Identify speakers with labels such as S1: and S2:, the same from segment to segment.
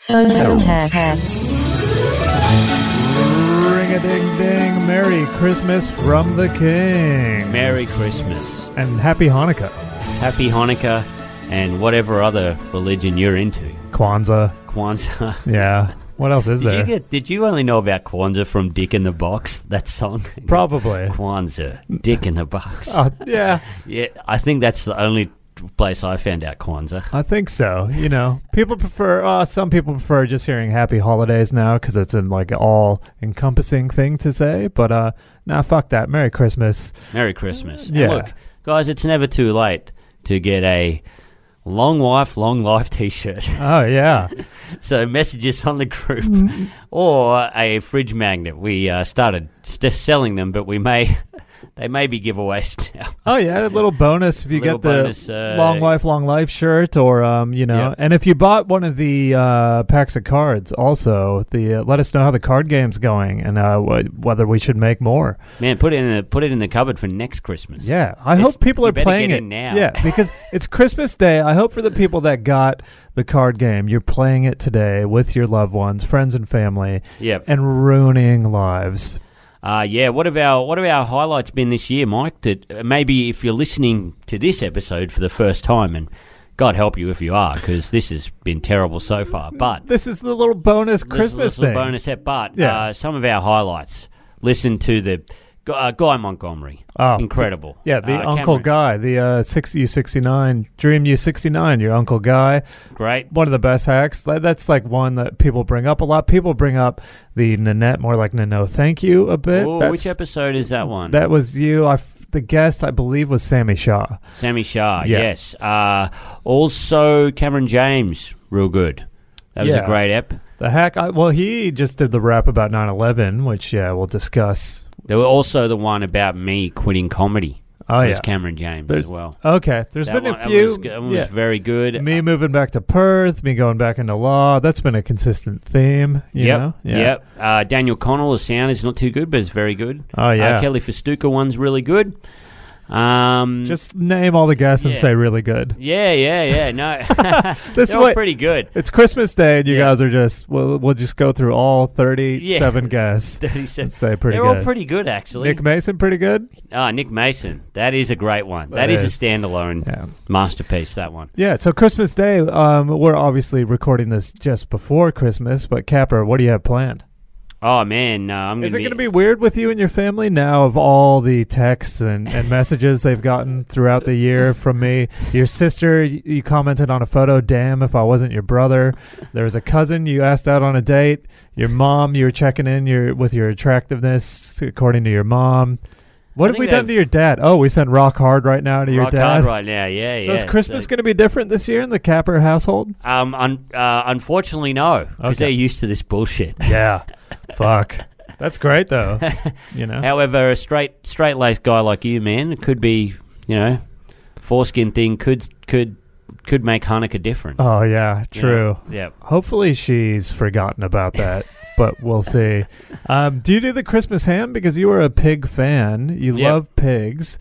S1: Phone hacks.
S2: Ring a ding ding. Merry Christmas from the King.
S3: Merry Christmas.
S2: And happy Hanukkah.
S3: Happy Hanukkah and whatever other religion you're into.
S2: Kwanzaa.
S3: Kwanzaa.
S2: Yeah. What else is
S3: Did
S2: there?
S3: you get did you only know about Kwanzaa from Dick in the Box? That song?
S2: Probably.
S3: Kwanzaa, Dick in the Box.
S2: Uh, yeah,
S3: Yeah, I think that's the only place I found out Kwanzaa.
S2: I think so. You know, people prefer, uh, some people prefer just hearing happy holidays now because it's an like all encompassing thing to say. But uh, nah, fuck that. Merry Christmas.
S3: Merry Christmas. And
S2: Yeah.
S3: look, guys, it's never too late to get a long life, long life t shirt.
S2: Oh, yeah.
S3: So message us on the group
S2: Mm-hmm.
S3: or a fridge magnet. We uh, started st- selling them, but we may they may be giveaways now.
S2: Oh yeah, a little bonus if you
S3: Little
S2: get the
S3: bonus, uh,
S2: long life, long life shirt, or um, you know,
S3: Yeah.
S2: and if you bought one of the uh, packs of cards, also the uh, let us know how the card game's going and uh, wh- whether we should make more.
S3: Man, put it in the put it in the cupboard for next Christmas.
S2: Yeah, I
S3: It's-
S2: hope people
S3: you
S2: are
S3: better
S2: playing
S3: get
S2: it
S3: in now.
S2: Yeah, because it's Christmas Day. I hope for the people that got the card game, you're playing it today with your loved ones, friends, and family,
S3: yeah,
S2: and ruining lives.
S3: uh, yeah. What have our what have our highlights been this year, Mike? That uh, maybe if you're listening to this episode for the first time, and God help you if you are, because this has been terrible so far. But
S2: This is the little bonus Christmas
S3: this little
S2: thing.
S3: bonus ep, but
S2: Yeah.
S3: uh, some of our highlights. Listen to the Gu- uh, Guy Montgomery,
S2: Oh.
S3: incredible.
S2: Yeah, the
S3: Uh,
S2: Uncle
S3: Cameron,
S2: Guy, the uh, six U sixty nine, Dream U sixty nine, your Uncle Guy,
S3: great.
S2: one of the best hacks. Tha- That's like one that people bring up a lot. People bring up the Nanette more like Nano. Thank you a bit.
S3: Ooh,
S2: That's-
S3: which episode is that one?
S2: That was you. I f- the guest I believe was Sammy Shaw.
S3: Sammy Shah,
S2: Yeah.
S3: yes. Uh, also, Cameron James, real good. That was
S2: Yeah.
S3: a great ep.
S2: The hack. I, well, he just did the rap about 9-11, which yeah, we'll discuss.
S3: There were also the one about me quitting comedy.
S2: Oh
S3: was
S2: yeah.
S3: Cameron James
S2: There's-
S3: as well.
S2: Okay, There's
S3: that
S2: been
S3: one,
S2: a few.
S3: That was, that one
S2: yeah.
S3: was very good.
S2: me moving back to Perth, me going back into law. That's been a consistent theme. You
S3: yep.
S2: know?
S3: Yep. Uh, Daniel Connell, the sound is not too good, but it's very good.
S2: Oh yeah.
S3: Uh, Kelly Festuca one's really good. Um,
S2: Just name all the guests and
S3: Yeah.
S2: say really good.
S3: yeah, yeah, yeah. No,
S2: This
S3: they're all
S2: way-
S3: pretty good.
S2: It's Christmas Day, and you
S3: Yeah.
S2: guys are just we'll we'll just go through all thirty-seven guests
S3: Thirty
S2: and
S3: cents.
S2: say pretty
S3: They're
S2: good.
S3: all pretty good, actually.
S2: Nick Mason, pretty good.
S3: Ah, Nick Mason. That is a great one.
S2: That
S3: that is,
S2: is.
S3: a standalone
S2: Yeah,
S3: masterpiece. That one.
S2: yeah. So Christmas Day, um, we're obviously recording this just before Christmas. But Capper, what do you have planned?
S3: Oh man, no, I'm.
S2: Is it
S3: gonna
S2: going to be weird with you and your family now of all the texts and, and messages they've gotten throughout the year from me? Your sister, y- you commented on a photo, damn if I wasn't your brother. There was a cousin you asked out on a date. Your mom, you were checking in your with your attractiveness according to your mom. What
S3: I
S2: have we
S3: think
S2: done
S3: they've-
S2: to your dad? Oh, we sent rock hard right now to your
S3: rock
S2: dad.
S3: hard right now? Yeah,
S2: so
S3: yeah.
S2: is Christmas
S3: So,
S2: going to be different this year in the Capper household?
S3: um, un- uh, unfortunately, no, because
S2: Okay.
S3: they're used to this bullshit.
S2: Yeah. Fuck. That's great though. You know.
S3: However, a straight, straight laced guy like you, man, could be, you know, foreskin thing could could could make Hanukkah different.
S2: Oh yeah,
S3: you
S2: true.
S3: know? Yeah.
S2: Hopefully she's forgotten about that, but we'll see. Um, do you do the Christmas ham? Because you are a pig fan. You
S3: Yep.
S2: love pigs,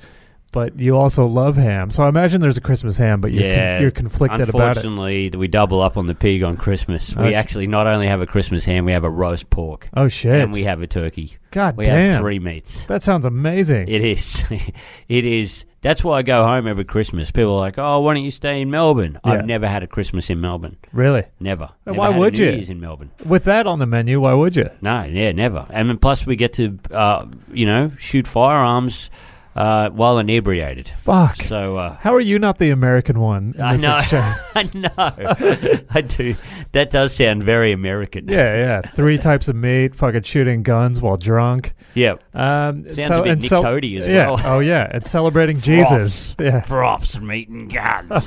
S2: but you also love ham. So I imagine there's a Christmas ham, but you're,
S3: Yeah,
S2: con- you're conflicted about it.
S3: Unfortunately, we double up on the pig on Christmas.
S2: Oh,
S3: we
S2: sh-
S3: actually not only have a Christmas ham, we have a roast pork,
S2: Oh, shit.
S3: and we have a turkey.
S2: God
S3: We
S2: damn.
S3: have three meats.
S2: That sounds amazing.
S3: It is. it is. That's why I go home every Christmas. People are like, "Oh, why don't you stay in Melbourne?"
S2: Yeah.
S3: I've never had a Christmas in Melbourne.
S2: really?
S3: Never.
S2: And
S3: Never
S2: why
S3: had a
S2: would
S3: New
S2: you?
S3: Year's in Melbourne.
S2: With that on the menu, why would you?
S3: No, yeah, never. And then plus, we get to, uh, you know, shoot firearms uh, while inebriated.
S2: Fuck.
S3: So uh,
S2: How are you not the American one? in
S3: I
S2: this
S3: know.
S2: exchange?
S3: I know. I do. That does sound very American.
S2: yeah, yeah. Three types of meat, fucking shooting guns while drunk.
S3: Yeah.
S2: Um,
S3: Sounds a bit
S2: and
S3: Nick Cody as
S2: yeah.
S3: well.
S2: Oh, yeah. And celebrating Jesus. Yeah.
S3: Froths, meat, and guns.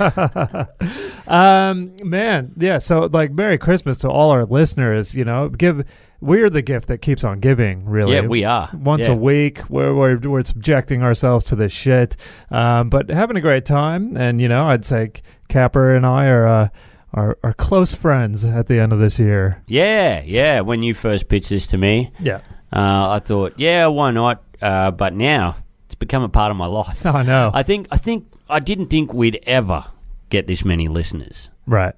S2: um, man, yeah. So, like, Merry Christmas to all our listeners. You know, give we're the gift that keeps on giving. Really,
S3: yeah, we are.
S2: once
S3: Yeah.
S2: a week where we're, we're subjecting ourselves to this shit, um, but having a great time. And you know, I'd say Capper and I are uh, are, are close friends at the end of this year.
S3: Yeah, yeah. When you first pitched this to me,
S2: Yeah,
S3: uh, I thought, yeah, why not? Uh, but now it's become a part of my life.
S2: I know.
S3: I think, I think, I didn't think we'd ever get this many listeners.
S2: right.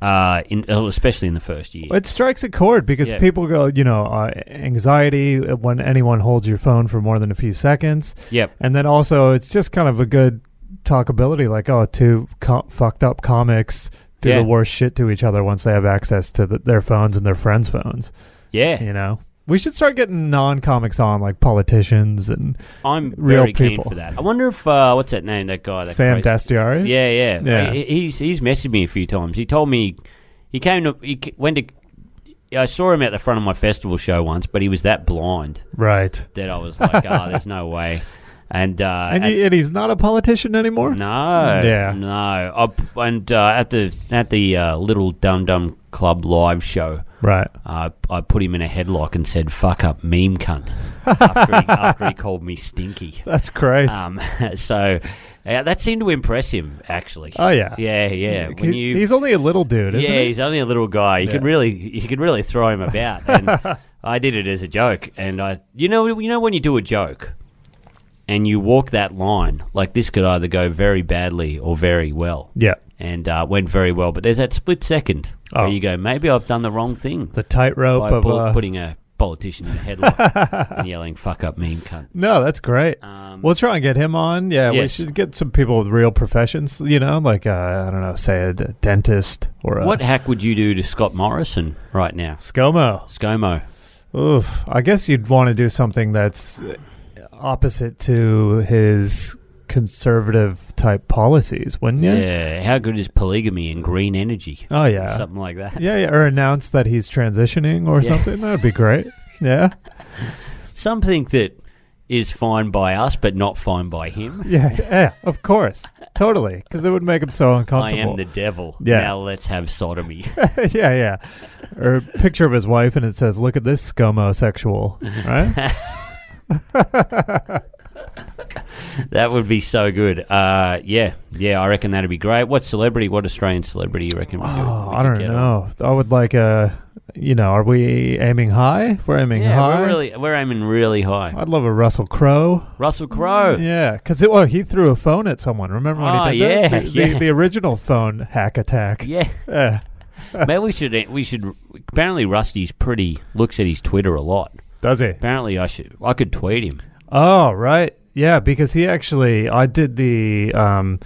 S3: uh, in, especially in the first year.
S2: It strikes a chord because
S3: Yeah.
S2: people go, you know, uh, anxiety when anyone holds your phone for more than a few seconds.
S3: Yep.
S2: And then also, it's just kind of a good talkability like, oh, two co- fucked up comics do
S3: Yeah.
S2: the worst shit to each other once they have access to the, their phones and their friends' phones,
S3: Yeah.
S2: you know? We should start getting non comics on, like politicians and
S3: I'm
S2: Real
S3: very keen
S2: people.
S3: for that. I wonder if uh, what's that name? That guy, that
S2: Sam
S3: crazy-
S2: Dastiari.
S3: Yeah, yeah,
S2: Yeah.
S3: He- He's he's messaged me a few times. He told me he came to he c- went to. I saw him at the front of my festival show once, but he was that blind
S2: Right.
S3: that I was like, "Ah, there's no way." And uh,
S2: and,
S3: at-
S2: he, and he's not a politician anymore?
S3: no,
S2: Yeah.
S3: no. Up and uh, at the at the uh, little Dum Dum Club live show,
S2: Right.
S3: uh, I put him in a headlock and said, "Fuck up, meme cunt," after, he, after he called me stinky.
S2: That's great.
S3: Um, so uh, that seemed to impress him, actually.
S2: oh, yeah.
S3: yeah, yeah. When
S2: He-
S3: you
S2: he's only a little dude, isn't
S3: yeah,
S2: he?
S3: he's only a little guy. You
S2: Yeah.
S3: can really you can really throw him about. And I did it as a joke, and I you know you know when you do a joke and you walk that line, like this could either go very badly or very well,
S2: Yeah.
S3: and uh, went very well. But there's that split second
S2: Oh.
S3: where you go, maybe I've done the wrong thing
S2: The tightrope
S3: by
S2: of
S3: pu-
S2: uh,
S3: putting a politician in a headlock and yelling "fuck up, mean cunt."
S2: No, that's great.
S3: Um,
S2: We'll try and get him on. Yeah, we
S3: Yes.
S2: should get some people with real professions. You know, like uh, I don't know, say a d- dentist or a
S3: what hack would you do to Scott Morrison right now?
S2: ScoMo.
S3: ScoMo.
S2: Oof. I guess you'd want to do something that's uh, opposite to his conservative type policies, wouldn't you?
S3: Yeah. How good is polygamy and green energy?
S2: Oh yeah.
S3: Something like that.
S2: yeah, yeah. Or announce that he's transitioning or
S3: Yeah.
S2: something. That'd be great. Yeah.
S3: Something that is fine by us, but not fine by him.
S2: Yeah. Yeah. Of course. Totally. Because it would make him so
S3: I
S2: uncomfortable.
S3: am the devil.
S2: Yeah.
S3: Now let's have sodomy.
S2: yeah, yeah. Or a picture of his wife, and it says, "Look at this scomosexual." Right?
S3: that would be so good. Uh, yeah, yeah. I reckon that'd be great. What celebrity? What Australian celebrity you reckon? We could,
S2: oh,
S3: we
S2: I
S3: could
S2: don't
S3: get on?
S2: know. I would like a. You know, are we aiming high? If we're aiming
S3: Yeah,
S2: high.
S3: we're really we're aiming really high.
S2: I'd love a Russell Crowe.
S3: Russell Crowe.
S2: Yeah, because well, he threw a phone at someone. Remember when
S3: Oh,
S2: he did that?
S3: yeah,
S2: the, the-
S3: yeah.
S2: the original phone hack attack. Eh,
S3: Yeah.
S2: Yeah.
S3: Maybe we should we should. Apparently, Rusty's pretty looks at his Twitter a lot.
S2: Does he?
S3: Apparently, I should I could tweet him.
S2: Oh, right. Yeah, because he actually, I did the um,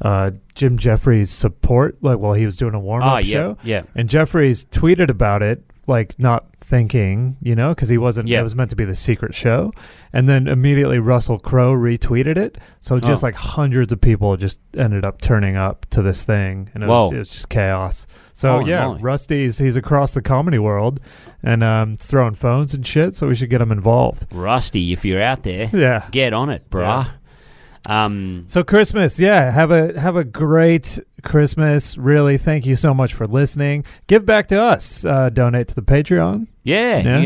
S2: uh, Jim Jeffries support, like while he was doing a warm up
S3: Ah, yeah,
S2: show.
S3: yeah.
S2: And Jeffries tweeted about it, like not thinking, you know, because he wasn't,
S3: Yeah.
S2: it was meant to be the secret show. And then immediately Russell Crowe retweeted it. So just
S3: Oh.
S2: like hundreds of people just ended up turning up to this thing. And it, was,
S3: Whoa.
S2: it was just chaos. So
S3: Holy
S2: yeah,
S3: moly.
S2: Rusty's, he's across the comedy world and um, it's throwing phones and shit. So we should get him involved.
S3: Rusty, if you're out there,
S2: Yeah.
S3: get on it, bruh. Um,
S2: So Christmas, yeah, have a have a great Christmas. Really, thank you so much for listening. Give back to us. Uh, donate to the Patreon.
S3: yeah,
S2: Yeah.
S3: you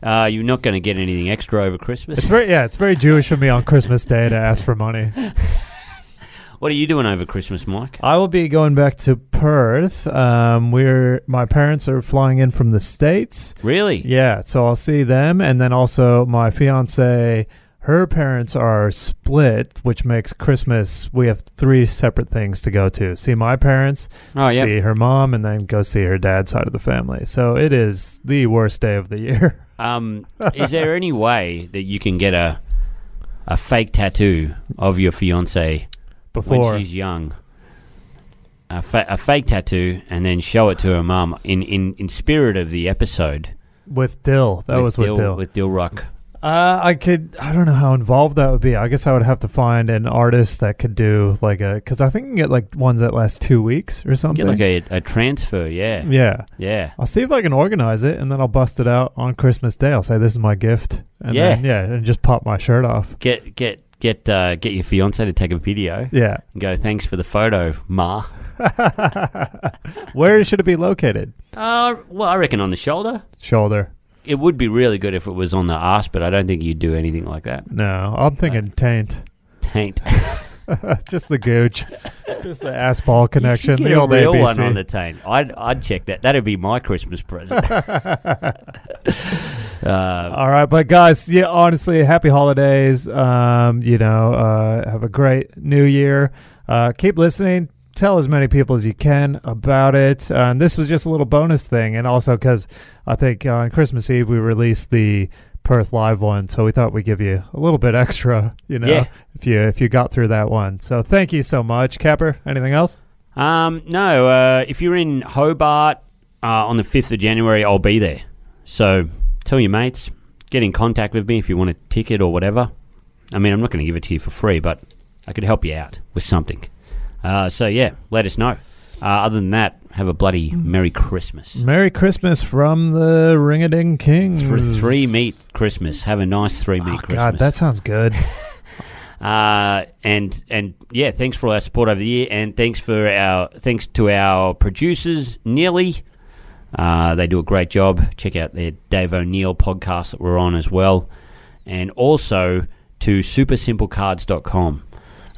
S3: gotta, uh, you're not going to get anything extra over Christmas.
S2: It's very yeah, it's very Jewish of me on Christmas Day to ask for money.
S3: What are you doing over Christmas, Mike?
S2: I will be going back to Perth. Um, we're my parents are flying in from the states.
S3: Really?
S2: Yeah, so I'll see them, and then also my fiance. Her parents are split, which makes Christmas. We have three separate things to go to: see my parents,
S3: Oh, yeah.
S2: see her mom and then go see her dad's side of the family. So it is the worst day of the year.
S3: Um, is there any way that you can get a a fake tattoo of your fiance
S2: Before
S3: when she's young? A, fa- a fake tattoo, and then show it to her mum in, in, in spirit of the episode.
S2: with Dill, that
S3: with
S2: was with Dill.
S3: with Dill Rock.
S2: uh, I could. I don't know how involved that would be. I guess I would have to find an artist that could do like a because I think you can get like ones that last two weeks or something.
S3: Get like a, a transfer, yeah,
S2: yeah,
S3: yeah.
S2: I'll see if I can organize it, and then I'll bust it out on Christmas Day. I'll say this is my gift, and
S3: Yeah.
S2: then, yeah, and just pop my shirt off.
S3: get get get uh, get your fiance to take a video
S2: Yeah,
S3: and go thanks for the photo ma
S2: where should it be located?
S3: uh, well i reckon on the shoulder
S2: Shoulder.
S3: it would be really good if it was on the arse but i don't think you'd do anything like that
S2: No, I'm thinking
S3: Uh,
S2: taint.
S3: taint
S2: just the gooch, just the ass ball
S3: You
S2: connection.
S3: should
S2: The
S3: get a
S2: old
S3: real
S2: ABC.
S3: one on the taint I'd, I'd check that that'd be my christmas present uh,
S2: All right, but guys, yeah, honestly, happy holidays. Um, you know, uh, have a great new year. Uh, keep listening. tell as many people as you can about it. Uh, and this was just a little bonus thing, and also because I think on Christmas Eve we released the Perth live one, so we thought we'd give you a little bit extra, you know,
S3: Yeah.
S2: if you if you got through that one. So thank you so much, Capper. Anything else?
S3: Um, no, uh, if you're in Hobart uh, on the 5th of January, I'll be there. So tell your mates, get in contact with me if you want a ticket or whatever. I mean, I'm not going to give it to you for free, but I could help you out with something. Uh, so, yeah, let us know. Uh, other than that, have a bloody Merry Christmas.
S2: Merry Christmas from the Ring a Ding Kings.
S3: For three meat Christmas. Have a nice three meat
S2: Mm. Oh,
S3: Christmas.
S2: God, that sounds good.
S3: Uh, and and yeah, thanks for all our support over the year, and thanks for our thanks to our producers, Nearly. Uh, they do a great job. Check out their Dave O'Neill podcast that we're on as well, and also to supersimplecards.com.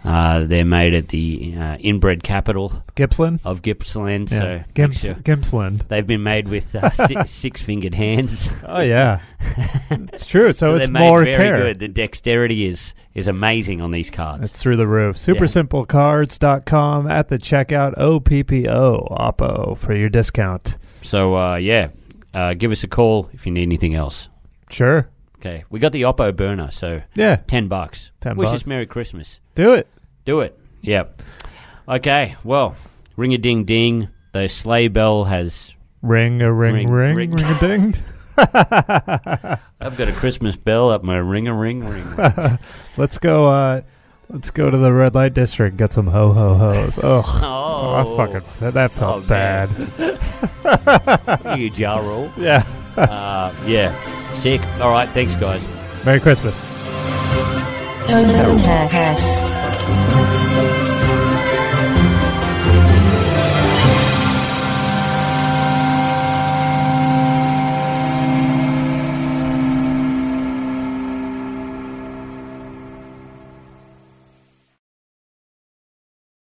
S3: Uh, they're made at the uh, inbred capital
S2: Gippsland?
S3: of Gippsland, so
S2: Yeah. Gimps, Gimpsland.
S3: they've been made with uh, six, six-fingered hands.
S2: Oh, yeah. it's true. So,
S3: they're
S2: it's
S3: made
S2: more
S3: very
S2: care.
S3: good. The dexterity is is amazing on these cards.
S2: It's through the roof. Supersimplecards.com at the checkout. OPPO, Oppo, for your discount.
S3: So uh, yeah, uh, give us a call if you need anything else.
S2: Sure.
S3: Okay, we got the Oppo burner, so
S2: Yeah.
S3: ten bucks.
S2: 10
S3: Wish us
S2: bucks.
S3: Merry Christmas.
S2: Do it.
S3: Do it. Yeah. Okay. Well, ring a ding ding. The sleigh bell has.
S2: Ring a ring ring
S3: Ring,
S2: ring,
S3: ring.
S2: a ding.
S3: I've got a Christmas bell up my ring a ring ring. ring.
S2: Let's go. Uh, let's go to the red light district. and Get some ho ho hos. Ugh.
S3: Oh,
S2: I fucking that, that felt
S3: Oh,
S2: bad.
S3: man. Oh, you jar rule.
S2: Yeah.
S3: Uh, yeah, sick. All right, thanks guys.
S2: Merry Christmas.
S1: Tone Hacks.